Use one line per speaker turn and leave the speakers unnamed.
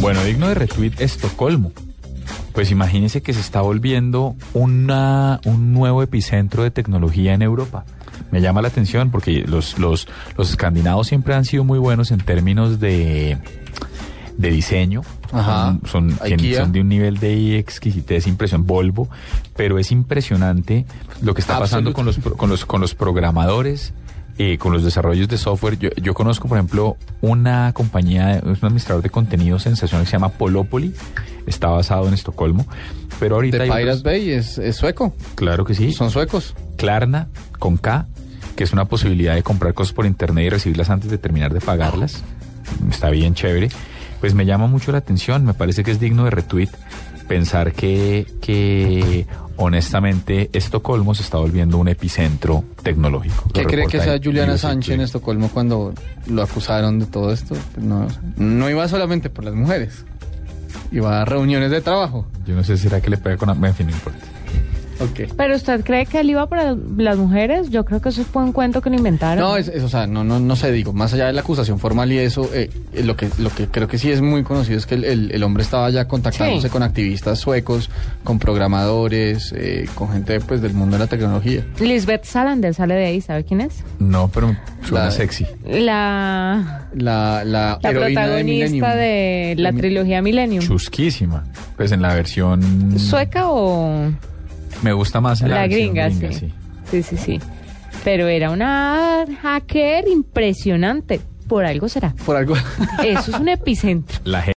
Bueno, digno de retweet Estocolmo. Pues imagínense que se está volviendo una, un nuevo epicentro de tecnología en Europa. Me llama la atención porque los, los, los escandinavos siempre han sido muy buenos en términos de, de diseño.
Ajá.
Son, son- tienen-
IKEA.
son de un nivel de exquisitez, impresión, Volvo, pero es impresionante lo que está pasando
Absoluto.
con los, pro- con los, con los programadores, eh, con los desarrollos de software. Yo, yo conozco, por ejemplo, una compañía, es un administrador de contenido sensacional que se llama Polopoli, está basado en Estocolmo, pero ahorita...
De
hay
Pirates
otros-
Bay es, es sueco.
claro que sí.
Son suecos.
Klarna con K, que es una posibilidad de comprar cosas por internet y recibirlas antes de terminar de pagarlas. Está bien chévere. Pues me llama mucho la atención, me parece que es digno de retweet pensar que, que honestamente Estocolmo se está volviendo un epicentro tecnológico. Lo
¿Qué cree que
reporta
sea
el
Juliana
USA
Sánchez en
Today.
Estocolmo cuando lo acusaron de todo esto? No, no iba solamente por las mujeres. Iba a reuniones de trabajo.
Yo no sé, ¿será que le pega con... En fin, no importa.
Ok.
Pero usted cree que él iba para las mujeres? Yo creo que eso fue un cuento que lo inventaron.
No, es, es- o sea, no, no, no sé, digo, más allá de la acusación formal y eso, eh, eh, lo, que, lo que creo que sí es muy conocido es que el, el- el hombre estaba ya contactándose
Sí.
con activistas suecos, con programadores, eh, con gente pues del mundo de la tecnología.
Lisbeth Salander sale de ahí, ¿sabe quién es?
No, pero suena
La-
sexy.
La,
La, la,
la
heroína de Millennium.
protagonista de, la
Mi-
trilogía Millennium.
Chusquísima. Pues en la versión...
¿Sueca o
Me gusta más en la,
la
versión
gringa? sí.
sí.
sí, sí, sí. Pero era una hacker impresionante. Por algo será.
Por algo.
Eso es un epicentro.
La